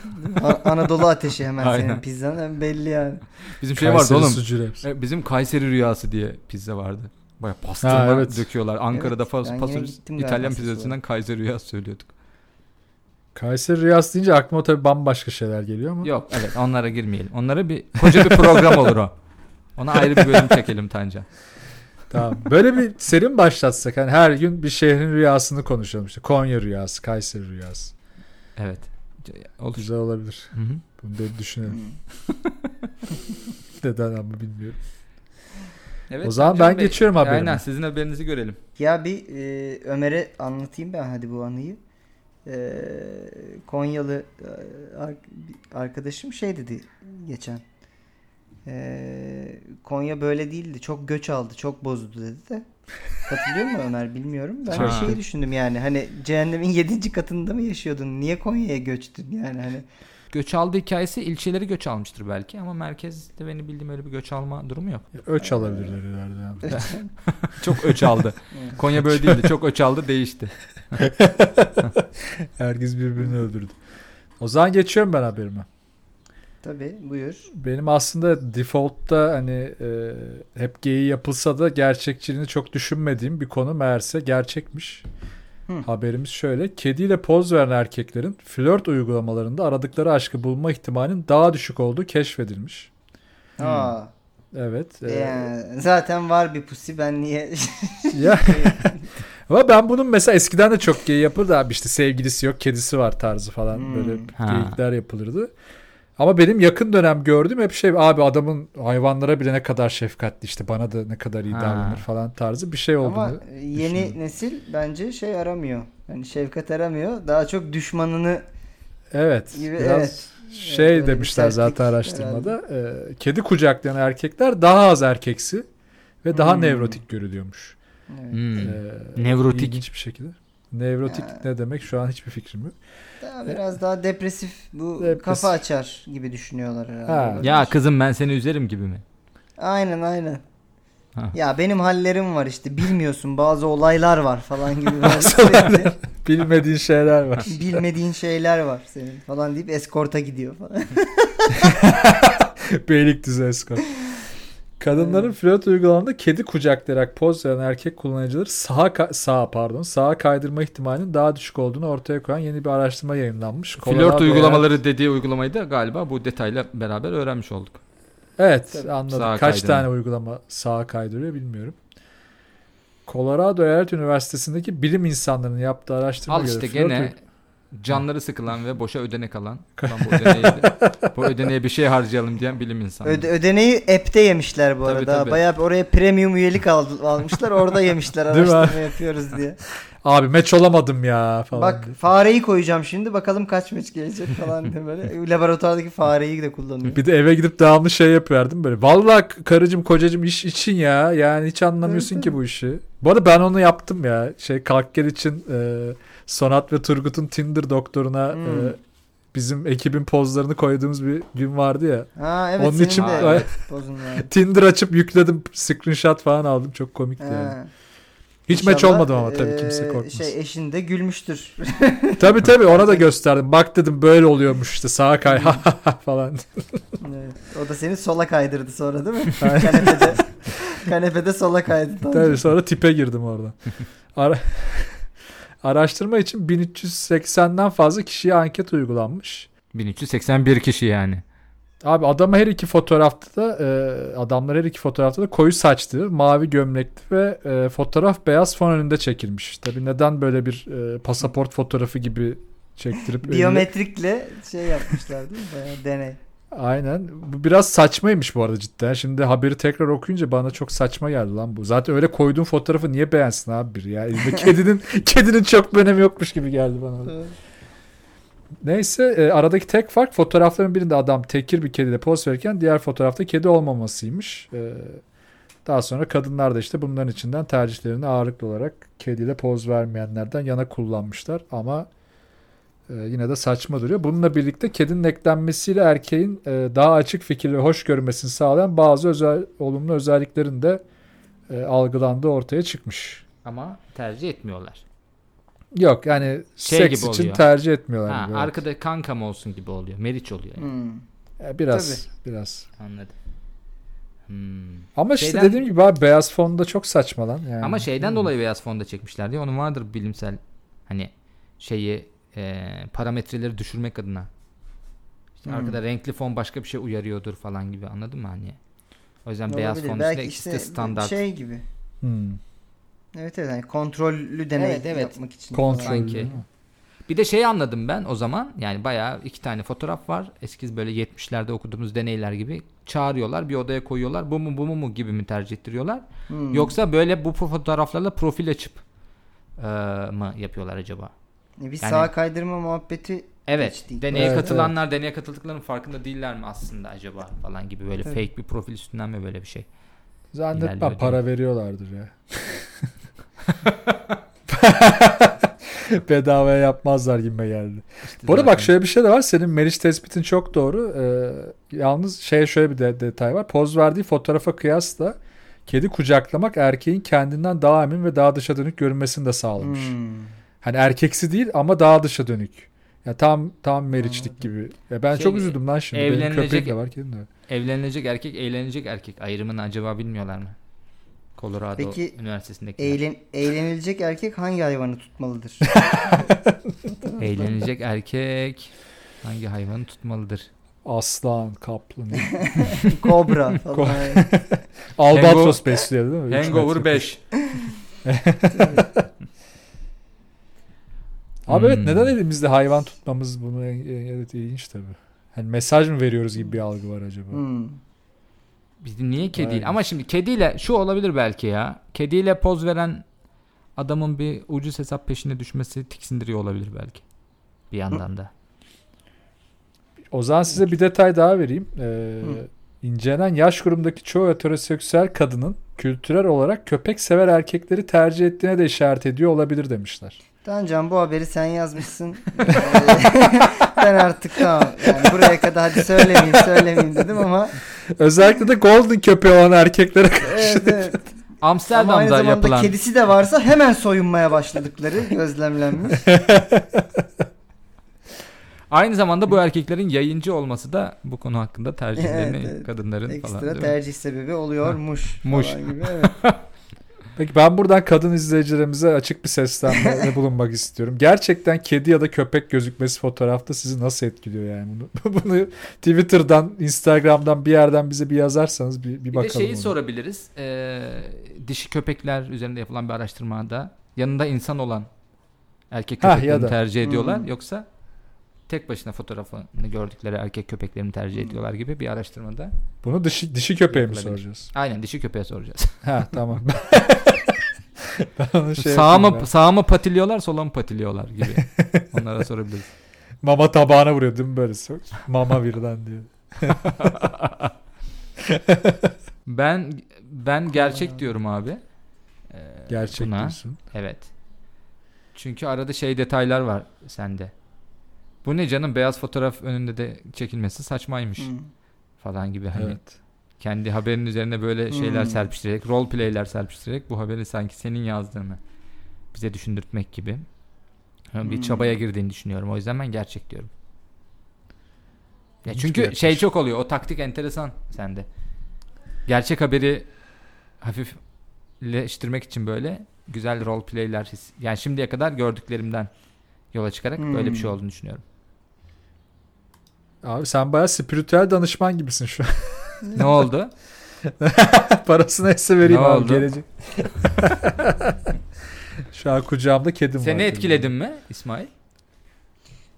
Speaker 1: A- Anadolu ateşi hemen
Speaker 2: Aynen.
Speaker 1: senin pizzan hem belli yani.
Speaker 2: Bizim şey
Speaker 3: Kayseri
Speaker 2: vardı oğlum.
Speaker 3: sucuğu hepsi.
Speaker 2: E, Bizim Kayseri rüyası diye pizza vardı. Baya pastırma
Speaker 3: Ha, evet.
Speaker 2: döküyorlar. Ankara'da
Speaker 1: Evet, ben
Speaker 2: fas,
Speaker 1: yine
Speaker 2: fasulye-
Speaker 1: gittim galiba
Speaker 2: İtalyan
Speaker 1: size
Speaker 2: pizzasından Kayseri
Speaker 1: [LAUGHS]
Speaker 2: rüyası söylüyorduk.
Speaker 3: Kayseri Riyas deyince aklıma tabii bambaşka şeyler geliyor ama.
Speaker 2: Yok evet onlara girmeyelim. Onlara bir koca bir program olur o. Ona ayrı bir bölüm çekelim Tanca.
Speaker 3: Tamam. Böyle bir seri mi başlatsak? Hani her gün bir şehrin rüyasını konuşalım işte. Konya rüyası, Kayseri rüyası.
Speaker 2: Evet. Olur.
Speaker 3: Güzel olabilir.
Speaker 2: Hı hı.
Speaker 3: Bunu da düşünelim.
Speaker 1: Hmm.
Speaker 3: Neden ama bilmiyorum.
Speaker 2: Evet,
Speaker 3: O zaman
Speaker 2: Can
Speaker 3: ben geçiyorum haberime.
Speaker 2: Aynen sizin haberinizi görelim.
Speaker 1: Ya bir e, Ömer'e anlatayım ben hadi bu anıyı. E, Konyalı e, ar- bir arkadaşım şey dedi geçen. E, Konya böyle değildi. Çok göç aldı. Çok bozdu dedi de. Katılıyor mu Ömer bilmiyorum. Ben
Speaker 2: Ha.
Speaker 1: bir şey düşündüm yani. Hani cehennemin 7. katında mı yaşıyordun? Niye Konya'ya göçtün yani? Hani
Speaker 2: Göç aldı hikayesi ilçeleri göç almıştır belki ama merkezde beni bildiğim öyle bir göç alma durumu yok.
Speaker 3: Öç alabilirler ileride. yani.
Speaker 2: [LAUGHS] Çok öç [LAUGHS] aldı.
Speaker 1: Evet.
Speaker 2: Konya böyle değildi. Çok öç aldı değişti.
Speaker 3: [LAUGHS] Herkes birbirini öldürdü. O zaman geçiyorum ben haberime.
Speaker 1: tabii buyur.
Speaker 3: Benim aslında default'ta hani e, hep geyi yapılsa da gerçekçiliğini çok düşünmediğim bir konu meğerse gerçekmiş.
Speaker 1: Hı.
Speaker 3: Haberimiz şöyle. Kediyle poz veren erkeklerin flört uygulamalarında aradıkları aşkı bulma ihtimalinin daha düşük olduğu keşfedilmiş.
Speaker 1: Aa,
Speaker 3: Evet. e,
Speaker 1: yani zaten var bir pusi ben niye [LAUGHS]
Speaker 3: ya. Ama ben bunun mesela eskiden de çok gay yapılırdı abi işte sevgilisi yok kedisi var tarzı falan
Speaker 1: Hmm.
Speaker 3: böyle
Speaker 2: Ha.
Speaker 3: geyikler yapılırdı. Ama benim yakın dönem gördüğüm hep şey abi adamın hayvanlara bile ne kadar şefkatli işte bana da ne kadar iyi
Speaker 2: Ha.
Speaker 3: davranır falan tarzı bir şey olduğunu.
Speaker 1: Ama e, yeni
Speaker 3: düşünüyorum.
Speaker 1: nesil bence şey aramıyor. Yani şefkat aramıyor. Daha çok düşmanını
Speaker 3: Evet.
Speaker 1: gibi
Speaker 3: biraz
Speaker 1: evet.
Speaker 3: şey
Speaker 1: öyle bir
Speaker 3: demişler zaten Ee,
Speaker 1: sertlik
Speaker 3: araştırmada. e, kedi kucaklayan erkekler daha az erkeksi. Ve daha
Speaker 1: Hmm.
Speaker 3: nevrotik görülüyormuş.
Speaker 1: Evet.
Speaker 2: Hmm.
Speaker 3: Ee,
Speaker 2: Nevrotik.
Speaker 3: İlginç bir şekilde. Nevrotik
Speaker 1: Ya.
Speaker 3: ne demek şu an hiçbir fikrim yok.
Speaker 1: Daha biraz daha depresif bu
Speaker 3: Depresif.
Speaker 1: kafa açar gibi düşünüyorlar herhalde.
Speaker 3: Ha.
Speaker 1: Olabilir.
Speaker 2: Ya kızım ben seni üzerim gibi mi?
Speaker 1: Aynen aynen.
Speaker 2: Ha.
Speaker 1: Ya benim hallerim var işte bilmiyorsun bazı olaylar var falan
Speaker 3: [LAUGHS]
Speaker 1: gibi böyle sürekli
Speaker 3: Bilmediğin şeyler
Speaker 2: [LAUGHS]
Speaker 3: var.
Speaker 1: [LAUGHS] bilmediğin şeyler var senin falan deyip eskorta gidiyor falan.
Speaker 3: Beylikdüzü escort. Kadınların flört uygulamalarında kedi kucaklayarak poz veren erkek kullanıcıları sağa ka- sağa pardon sağa kaydırma ihtimalinin daha düşük olduğunu ortaya koyan yeni bir araştırma yayınlanmış.
Speaker 2: Flört
Speaker 3: Colorado'ya-
Speaker 2: uygulamaları dediği uygulamayı da galiba bu detayla beraber öğrenmiş olduk.
Speaker 3: Evet
Speaker 1: Tabii.
Speaker 3: anladım.
Speaker 2: Sağa
Speaker 3: Kaç
Speaker 2: kaydırma.
Speaker 3: tane uygulama sağa kaydırıyor bilmiyorum. Colorado Eyalet Üniversitesi'ndeki bilim insanlarının yaptığı araştırma
Speaker 2: Al
Speaker 3: göre
Speaker 2: işte
Speaker 3: flört
Speaker 2: gene
Speaker 3: uygul-
Speaker 2: canları sıkılan ve boşa
Speaker 3: [LAUGHS]
Speaker 2: ödenek alan. Lan bu, ödeneği bu ödeneğe bir şey harcayalım diyen bilim insanı.
Speaker 1: Öde- ödeneği app'te yemişler bu
Speaker 2: Tabii,
Speaker 1: arada.
Speaker 2: tabii.
Speaker 1: Bayağı bir oraya premium üyelik al- almışlar orada yemişler
Speaker 3: Değil mi
Speaker 1: araştırma yapıyoruz diye.
Speaker 3: Abi meç olamadım ya falan.
Speaker 1: Bak
Speaker 3: diye.
Speaker 1: fareyi koyacağım şimdi bakalım kaç meç gelecek falan diye
Speaker 3: [LAUGHS]
Speaker 1: böyle. Laboratuvardaki fareyi de kullanıyor.
Speaker 3: Bir de eve gidip devamlı şey yapıyordum böyle. Vallahi karıcım kocacım iş için ya. Yani hiç anlamıyorsun
Speaker 1: Evet,
Speaker 3: ki bu işi. Bu arada ben onu yaptım ya. Şey kalk gel için e, Sonat ve Turgut'un Tinder doktoruna
Speaker 1: Hmm.
Speaker 3: e, bizim ekibin pozlarını koyduğumuz bir gün vardı ya.
Speaker 1: Ha evet
Speaker 3: Onun
Speaker 1: senin
Speaker 3: için-
Speaker 1: de
Speaker 2: Ay.
Speaker 1: pozun
Speaker 3: [LAUGHS]
Speaker 1: var.
Speaker 3: Tinder açıp yükledim. Screenshot falan aldım. Çok komikti yani.
Speaker 1: Ha.
Speaker 3: Hiç meç
Speaker 1: İnşallah,
Speaker 3: olmadım ama tabii
Speaker 1: eee,
Speaker 3: kimse korkmasın.
Speaker 1: Şey eşin de gülmüştür. [LAUGHS]
Speaker 3: Tabii tabii ona da gösterdim. Bak dedim böyle oluyormuş işte sağa kay [LAUGHS] falan.
Speaker 1: Evet. O da seni sola kaydırdı sonra değil
Speaker 3: [LAUGHS]
Speaker 1: mi? kanepede, kanepede sola kaydırdı.
Speaker 3: Tabii sonra tipe girdim oradan. Ara- Araştırma için 1380'den fazla kişiye anket uygulanmış.
Speaker 2: 1381 kişi yani.
Speaker 3: Abi adama her iki fotoğrafta da e, adamlar her iki fotoğrafta da koyu saçlı, mavi gömlekli ve e, fotoğraf beyaz fon önünde çekilmiş. Tabii neden böyle bir e, pasaport fotoğrafı gibi çektirip önüne-
Speaker 1: Biyometrikle şey yapmışlar değil mi? Bayağı deney.
Speaker 3: Aynen. Bu biraz saçmaymış bu arada cidden. Şimdi haberi tekrar okuyunca bana çok saçma geldi lan bu. Zaten öyle koyduğun fotoğrafı niye beğensin abi biri ya? Elinde kedinin kedinin çok bir önemi yokmuş gibi geldi bana. Neyse e, aradaki tek fark fotoğrafların birinde adam tekir bir kediyle poz verirken diğer fotoğrafta kedi olmamasıymış. E, daha sonra kadınlar da işte bunların içinden tercihlerini ağırlıklı olarak kediyle poz vermeyenlerden yana kullanmışlar ama e, yine de saçma duruyor. Bununla birlikte kedinin eklenmesiyle erkeğin e, daha açık fikir ve hoş görmesini sağlayan bazı özel olumlu özelliklerin de e, algılandığı ortaya çıkmış.
Speaker 2: Ama tercih etmiyorlar.
Speaker 3: Yok yani
Speaker 2: Şey
Speaker 3: seks
Speaker 2: gibi
Speaker 3: için
Speaker 2: oluyor.
Speaker 3: tercih etmiyorlar.
Speaker 2: Ha,
Speaker 3: gibi.
Speaker 2: arkada kankam olsun gibi oluyor. Meriç oluyor. yani.
Speaker 1: Hmm.
Speaker 3: E, biraz biraz.
Speaker 2: Anladım. Hmm.
Speaker 3: Ama işte
Speaker 2: Şeyden-
Speaker 3: dediğim gibi abi beyaz fonda çok saçma lan. Yani.
Speaker 2: Ama şeyden dolayı beyaz fonda çekmişler diye onun vardır bilimsel hani şeyi e, parametreleri düşürmek adına. İşte
Speaker 1: Hmm.
Speaker 2: arkada renkli fon başka bir şey uyarıyordur falan gibi anladın mı hani? O yüzden beyaz
Speaker 1: Olabilir.
Speaker 2: fon
Speaker 1: Belki
Speaker 2: üstüne ikisi de standart.
Speaker 1: Şey gibi.
Speaker 3: Hmm.
Speaker 1: Evet evet yani kontrollü deney
Speaker 2: Evet, evet.
Speaker 1: yapmak için.
Speaker 3: Kontrol.
Speaker 1: falan.
Speaker 2: Sanki.
Speaker 3: değil mi?
Speaker 2: Bir de şey anladım ben o zaman yani bayağı iki tane fotoğraf var. Eski böyle 70'lerde okuduğumuz deneyler gibi çağırıyorlar bir odaya koyuyorlar. Bu mu bu mu mu gibi mi tercih ettiriyorlar?
Speaker 1: Hmm.
Speaker 2: Yoksa böyle bu fotoğraflarla profil açıp e, mı yapıyorlar acaba?
Speaker 1: E, Bir
Speaker 2: Yani-
Speaker 1: sağa kaydırma muhabbeti
Speaker 2: Evet.
Speaker 1: Hiç değil.
Speaker 2: Deneye
Speaker 3: Evet,
Speaker 2: katılanlar deneye katıldıklarının farkında değiller mi aslında acaba falan gibi böyle
Speaker 1: Evet.
Speaker 2: fake bir profil üstünden mi böyle bir şey? İlerliyor
Speaker 3: Zannetmem
Speaker 2: diye.
Speaker 3: para veriyorlardır
Speaker 2: [LAUGHS]
Speaker 3: ya. [LAUGHS] Bedavaya yapmazlar gibi geldi.
Speaker 2: İşte
Speaker 3: Bu arada
Speaker 2: zaten-
Speaker 3: bak şöyle bir şey de var. Senin Meriç tespitin çok doğru. Ee, yalnız şey şöyle bir de- detay var. Poz verdiği fotoğrafa kıyasla kedi kucaklamak erkeğin kendinden daha emin ve daha dışa dönük görünmesini de sağlamış.
Speaker 1: Hmm.
Speaker 3: Hani erkeksi değil ama daha dışa dönük. Ya tam tam meriçlik gibi. Ya ben
Speaker 2: Şey,
Speaker 3: çok üzüldüm lan şimdi. Benim
Speaker 2: evlenilecek-
Speaker 3: köpeğim de var kedim de. var.
Speaker 2: Evlenilecek erkek eğlenecek erkek ayrımını acaba bilmiyorlar mı? Colorado
Speaker 1: Peki,
Speaker 2: Üniversitesi'ndeki
Speaker 1: Eğlen, eğlenilecek erkek hangi hayvanı
Speaker 2: [LAUGHS]
Speaker 1: tutmalıdır?
Speaker 2: eğlenecek erkek hangi hayvanı tutmalıdır?
Speaker 3: Aslan,
Speaker 2: [LAUGHS]
Speaker 3: kaplan.
Speaker 1: Kobra falan.
Speaker 3: Albatros besliyor değil mi? Üç metre.
Speaker 2: Hangover 5.
Speaker 3: Abi evet
Speaker 2: Hmm.
Speaker 3: neden elimizde hayvan tutmamız bunu e- e- evet ilginç tabii. Hani mesaj mı veriyoruz gibi bir algı var acaba.
Speaker 1: Hmm.
Speaker 2: Bizim niye kedi?
Speaker 3: Aynen.
Speaker 2: Ama şimdi kediyle şu olabilir belki ya. Kediyle poz veren adamın bir ucuz hesap peşine düşmesi tiksindiriyor olabilir belki. Bir yandan da.
Speaker 3: O zaman size bir detay daha vereyim. Ee,
Speaker 1: Hı.
Speaker 3: incelen yaş grubundaki çoğu heteroseksüel kadının kültürel olarak köpek sever erkekleri tercih ettiğine de işaret ediyor olabilir demişler.
Speaker 1: Tancan bu haberi sen
Speaker 2: [LAUGHS]
Speaker 1: yazmışsın. Ee, [LAUGHS] ben artık tamam. Yani buraya kadar hadi söylemeyeyim söylemeyeyim dedim ama
Speaker 3: Özellikle de golden köpeği olan erkeklere
Speaker 1: evet, evet. ama aynı
Speaker 2: Amsterdam'da
Speaker 1: zamanda
Speaker 2: yapılan
Speaker 1: kedisi de varsa hemen soyunmaya başladıkları gözlemlenmiş.
Speaker 2: aynı zamanda bu erkeklerin yayıncı olması da bu konu hakkında tercihlerini
Speaker 1: Evet, evet.
Speaker 2: kadınların
Speaker 1: Ekstra
Speaker 2: falan. değil mi?
Speaker 1: tercih sebebi oluyormuş.
Speaker 2: Muş.
Speaker 1: Falan gibi. Evet.
Speaker 3: Peki ben buradan kadın izleyicilerimize açık bir seslenmede
Speaker 2: [LAUGHS]
Speaker 3: bulunmak istiyorum. Gerçekten kedi ya da köpek gözükmesi fotoğrafta sizi nasıl etkiliyor yani bunu? [LAUGHS] bunu Twitter'dan, Instagram'dan bir yerden bize bir yazarsanız bir, bir,
Speaker 2: Bir
Speaker 3: bakalım.
Speaker 2: de şeyi
Speaker 3: ona.
Speaker 2: sorabiliriz. Ee, dişi köpekler üzerinde yapılan bir araştırmada yanında insan olan erkek
Speaker 3: Hah, ya
Speaker 2: köpeklerini
Speaker 3: da.
Speaker 2: tercih ediyorlar
Speaker 1: Hmm.
Speaker 2: yoksa tek başına fotoğrafını gördükleri erkek köpeklerini tercih
Speaker 1: Hmm.
Speaker 2: ediyorlar gibi bir araştırmada.
Speaker 3: Bunu dişi, dişi köpeğe mi
Speaker 2: Yapılabilir.
Speaker 3: soracağız?
Speaker 2: Aynen dişi köpeğe soracağız.
Speaker 3: ha
Speaker 2: [LAUGHS]
Speaker 3: tamam. ben onu şey
Speaker 2: sağ
Speaker 3: yapayım
Speaker 2: mı
Speaker 3: ya.
Speaker 2: sağ mı patiliyorlar, sola mı
Speaker 3: [LAUGHS]
Speaker 2: patiliyorlar gibi. Onlara sorabiliriz.
Speaker 3: Mama tabağına vuruyor değil mi böyle? sok? Mama birden diyor.
Speaker 2: Ben ben gerçek diyorum abi. Ee,
Speaker 3: Gerçek
Speaker 2: buna.
Speaker 3: diyorsun.
Speaker 2: Evet. Çünkü arada şey detaylar var sende. Bu ne canım beyaz fotoğraf önünde de çekilmesi saçmaymış
Speaker 1: Hmm.
Speaker 2: falan gibi hani
Speaker 3: Evet.
Speaker 2: kendi haberin üzerine böyle şeyler
Speaker 1: Hmm.
Speaker 2: serpiştirerek, role play'ler serpiştirerek bu haberi sanki senin yazdığını bize düşündürtmek gibi Yani bir
Speaker 1: Hmm.
Speaker 2: çabaya girdiğini düşünüyorum. O yüzden ben gerçek diyorum. Ya
Speaker 3: İlginç bir
Speaker 2: çünkü
Speaker 3: yaklaşım.
Speaker 2: şey çok oluyor. O taktik enteresan sende. Gerçek haberi hafifleştirmek için böyle güzel role play'ler his. Yani şimdiye kadar gördüklerimden yola çıkarak böyle bir şey
Speaker 1: Hmm. [LAUGHS]
Speaker 2: olduğunu düşünüyorum.
Speaker 3: Abi sen bayağı spiritüel danışman gibisin şu an.
Speaker 2: ne oldu?
Speaker 3: [LAUGHS] Parası neyse vereyim
Speaker 2: Ne
Speaker 3: abi
Speaker 2: oldu? [LAUGHS]
Speaker 3: gelecek. Şu an kucağımda kedim var.
Speaker 2: Seni etkiledim mi İsmail?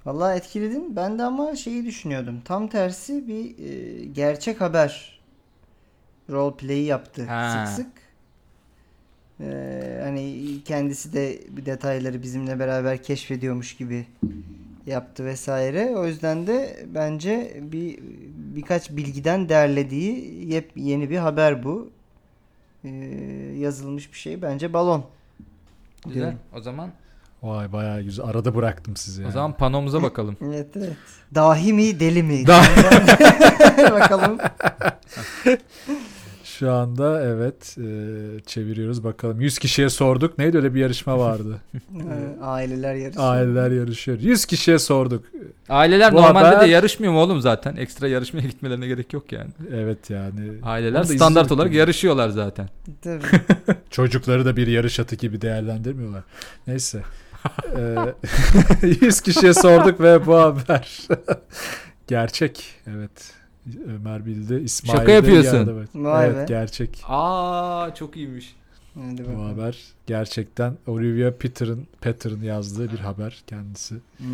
Speaker 1: Vallahi etkiledin. Ben de ama şeyi düşünüyordum. Tam tersi bir e, gerçek haber roleplay'i yaptı
Speaker 2: Ha.
Speaker 1: sık sık. Ee, hani kendisi de bir detayları bizimle beraber keşfediyormuş gibi yaptı vesaire. O yüzden de bence bir birkaç bilgiden derlediği yep yeni bir haber bu. Ee, yazılmış bir şey bence balon.
Speaker 2: Güzel.
Speaker 1: Diyorum.
Speaker 2: O zaman
Speaker 3: Vay bayağı güzel. Arada bıraktım sizi yani.
Speaker 2: o zaman panomuza bakalım.
Speaker 1: Evet evet. Dahi mi deli mi?
Speaker 3: Daha-
Speaker 1: [LAUGHS] Bakalım.
Speaker 3: Şu anda evet e, çeviriyoruz bakalım. 100 kişiye sorduk. Neydi öyle bir yarışma
Speaker 2: [LAUGHS]
Speaker 3: vardı.
Speaker 1: Ee, Aileler yarışı.
Speaker 3: Aileler yarışıyor. 100 kişiye sorduk.
Speaker 2: Aileler
Speaker 3: Bu
Speaker 2: normalde
Speaker 3: haber-
Speaker 2: de yarışmıyor mu oğlum zaten? Ekstra yarışmaya gitmelerine gerek yok yani.
Speaker 3: Evet yani.
Speaker 2: Aileler
Speaker 3: Onu da
Speaker 2: standart
Speaker 3: izledik
Speaker 2: olarak
Speaker 3: yani.
Speaker 2: yarışıyorlar zaten.
Speaker 3: [LAUGHS]
Speaker 1: Tabii.
Speaker 3: Çocukları da bir yarış atı gibi değerlendirmiyorlar.
Speaker 2: [LAUGHS]
Speaker 3: Neyse. Ee, [LAUGHS] 100 kişiye sorduk ve bu haber [LAUGHS] gerçek. Evet. Ömer bildi. İsmail
Speaker 2: Şaka
Speaker 3: de
Speaker 2: yapıyorsun.
Speaker 3: bir yerde bak-
Speaker 1: Vay
Speaker 3: evet
Speaker 1: be.
Speaker 3: gerçek.
Speaker 2: Aa çok iyiymiş.
Speaker 1: Hadi
Speaker 3: Bu
Speaker 1: bakalım.
Speaker 3: haber gerçekten Olivia Peter'ın Peter'ın yazdığı bir haber kendisi.
Speaker 1: Hmm.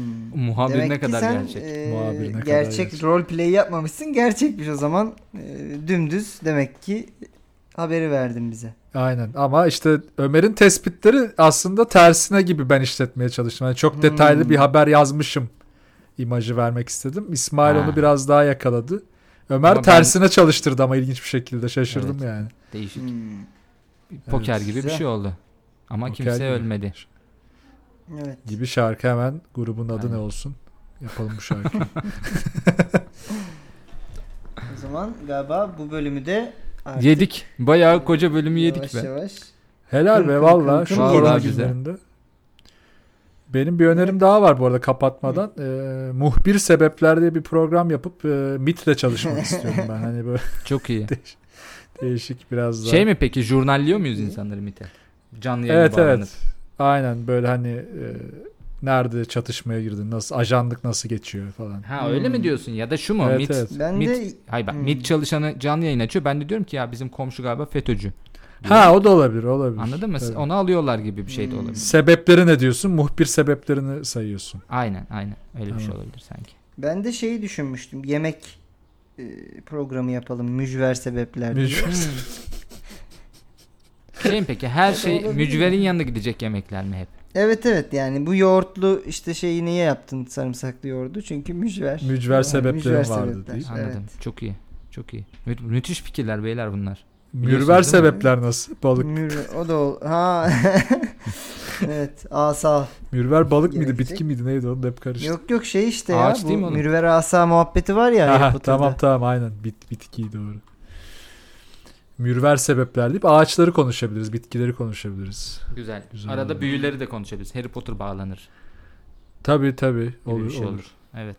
Speaker 2: Muhabir
Speaker 1: Demek
Speaker 2: ne
Speaker 1: ki
Speaker 2: kadar
Speaker 1: sen,
Speaker 2: gerçek.
Speaker 1: e,
Speaker 3: Muhabir ne kadar
Speaker 1: gerçek
Speaker 3: gerçek.
Speaker 1: rol play yapmamışsın. Gerçekmiş o zaman. E, dümdüz demek ki haberi verdin bize.
Speaker 3: Aynen ama işte Ömer'in tespitleri aslında tersine gibi ben işletmeye çalıştım. Yani çok detaylı
Speaker 1: Hmm.
Speaker 3: bir haber yazmışım imajı vermek istedim. İsmail
Speaker 2: Ha.
Speaker 3: onu biraz daha yakaladı. Ömer
Speaker 2: Ama ben-
Speaker 3: tersine çalıştırdı ama ilginç bir şekilde şaşırdım
Speaker 2: Evet.
Speaker 3: yani.
Speaker 2: Değişik.
Speaker 1: Hmm.
Speaker 2: Bir Poker gibi bir
Speaker 1: Güzel.
Speaker 2: şey oldu. Ama
Speaker 3: Poker
Speaker 2: kimse
Speaker 3: gibi.
Speaker 2: ölmedi.
Speaker 1: Evet.
Speaker 3: Gibi şarkı hemen grubun adı ne
Speaker 2: Aynen.
Speaker 3: olsun? Yapalım bu şarkıyı. [LAUGHS]
Speaker 1: O zaman galiba bu bölümü de artık
Speaker 2: Yedik. Bayağı koca bölümü yedik
Speaker 1: yavaş
Speaker 2: be.
Speaker 1: yavaş.
Speaker 3: Helal
Speaker 1: Kın kın
Speaker 3: be valla
Speaker 1: kın
Speaker 3: şu
Speaker 1: kın
Speaker 3: korona
Speaker 2: yedik.
Speaker 3: günlerinde. Benim bir önerim daha var bu arada kapatmadan. Ee, muhbir sebepler diye bir program yapıp e, MIT'le
Speaker 2: [LAUGHS]
Speaker 3: çalışmak istiyorum ben. Hani böyle
Speaker 2: Çok iyi.
Speaker 3: değişik biraz daha.
Speaker 2: şey mi peki jurnalliyor muyuz insanları MIT'e? Canlı yayına
Speaker 3: Evet
Speaker 2: bağlanıp.
Speaker 3: evet. Aynen böyle hani e, nerede çatışmaya girdin, nasıl ajanlık nasıl geçiyor falan.
Speaker 2: Ha öyle mi
Speaker 1: Hmm.
Speaker 2: diyorsun? Ya da şu mu?
Speaker 3: Evet,
Speaker 2: MIT,
Speaker 3: evet.
Speaker 1: Ben
Speaker 2: MIT
Speaker 1: de
Speaker 2: Hayır bak
Speaker 1: Hmm.
Speaker 2: MIT çalışanı canlı yayın açıyor. Ben de diyorum ki ya bizim komşu galiba FETÖ'cü.
Speaker 3: Ha o da olabilir, olabilir.
Speaker 2: Anladın mı?
Speaker 3: Tabii.
Speaker 2: Onu alıyorlar gibi bir şey de
Speaker 1: Hmm.
Speaker 2: olabilir.
Speaker 3: Sebepleri ne diyorsun? Muhbir sebeplerini sayıyorsun.
Speaker 2: Aynen aynen. Öyle bir şey
Speaker 3: Tamam.
Speaker 2: olabilir sanki.
Speaker 1: ben de şeyi düşünmüştüm. Yemek e, programı yapalım. Mücver sebepler. diye.
Speaker 3: Mücver-
Speaker 2: Şey mi
Speaker 1: [LAUGHS]
Speaker 2: peki her şey
Speaker 1: Olabilir.
Speaker 2: mücverin yanına gidecek yemekler mi hep?
Speaker 1: Evet evet yani bu yoğurtlu işte şeyi niye yaptın sarımsaklı yoğurdu? Çünkü mücver.
Speaker 3: Mücver sebeplerin vardı
Speaker 1: sebepler.
Speaker 3: değil mi?
Speaker 2: Anladım.
Speaker 1: Evet.
Speaker 2: Çok iyi. Çok iyi. Mü- müthiş fikirler beyler bunlar. Biliyorsunuz
Speaker 3: [LAUGHS] Mürver
Speaker 2: Hmm. değil mi?
Speaker 3: sebepler nasıl? Balık.
Speaker 1: Mür- o da ol. Ha. [LAUGHS] evet. Asa.
Speaker 3: Mürver balık mıydı,
Speaker 1: Gerekecek.
Speaker 3: bitki miydi neydi onu da hep karıştı.
Speaker 1: Yok yok şey işte
Speaker 2: Ağaç
Speaker 1: ya. Bu
Speaker 2: değil mi oğlum?
Speaker 1: mürver asa muhabbeti var ya.
Speaker 3: Aha,
Speaker 1: Harry Potter'da.
Speaker 3: tamam tamam aynen bit, bitki doğru. Mürver sebepler deyip ağaçları konuşabiliriz, bitkileri konuşabiliriz.
Speaker 2: Güzel.
Speaker 3: Güzel
Speaker 2: Arada
Speaker 3: oldu.
Speaker 2: büyüleri de konuşabiliriz. Harry Potter bağlanır.
Speaker 3: Tabii tabii
Speaker 2: Gibi
Speaker 3: olur
Speaker 2: bir şey olur.
Speaker 3: olur.
Speaker 2: Evet.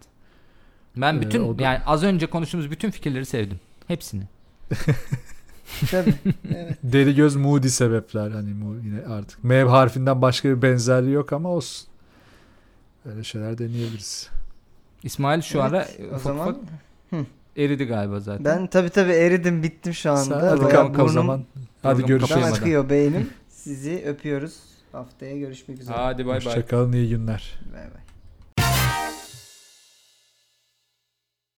Speaker 2: Ben
Speaker 3: Ee,
Speaker 2: bütün
Speaker 3: o da-
Speaker 2: yani az önce konuştuğumuz bütün fikirleri sevdim. Hepsini.
Speaker 1: Tabii. Evet.
Speaker 3: Deli göz Moody sebepler hani mu- yine artık mev harfinden başka bir benzerliği yok ama olsun. Öyle şeyler deneyebiliriz.
Speaker 2: İsmail [LAUGHS] şu
Speaker 1: Evet,
Speaker 2: ara
Speaker 1: o
Speaker 2: ufak
Speaker 1: zaman
Speaker 2: ufak eridi galiba zaten.
Speaker 1: ben tabii tabii eridim bittim şu
Speaker 3: Sen-
Speaker 1: anda.
Speaker 3: hadi
Speaker 1: Bayağı
Speaker 3: kanka o
Speaker 1: burnum-
Speaker 3: zaman. Hadi
Speaker 2: burnum
Speaker 1: Buradan
Speaker 2: kapayamadan.
Speaker 3: görüşürüz.
Speaker 1: akıyor beynim. Sizi öpüyoruz. Haftaya görüşmek üzere.
Speaker 2: Hadi bay bay.
Speaker 3: Hoşçakalın iyi günler.
Speaker 1: Bay bay.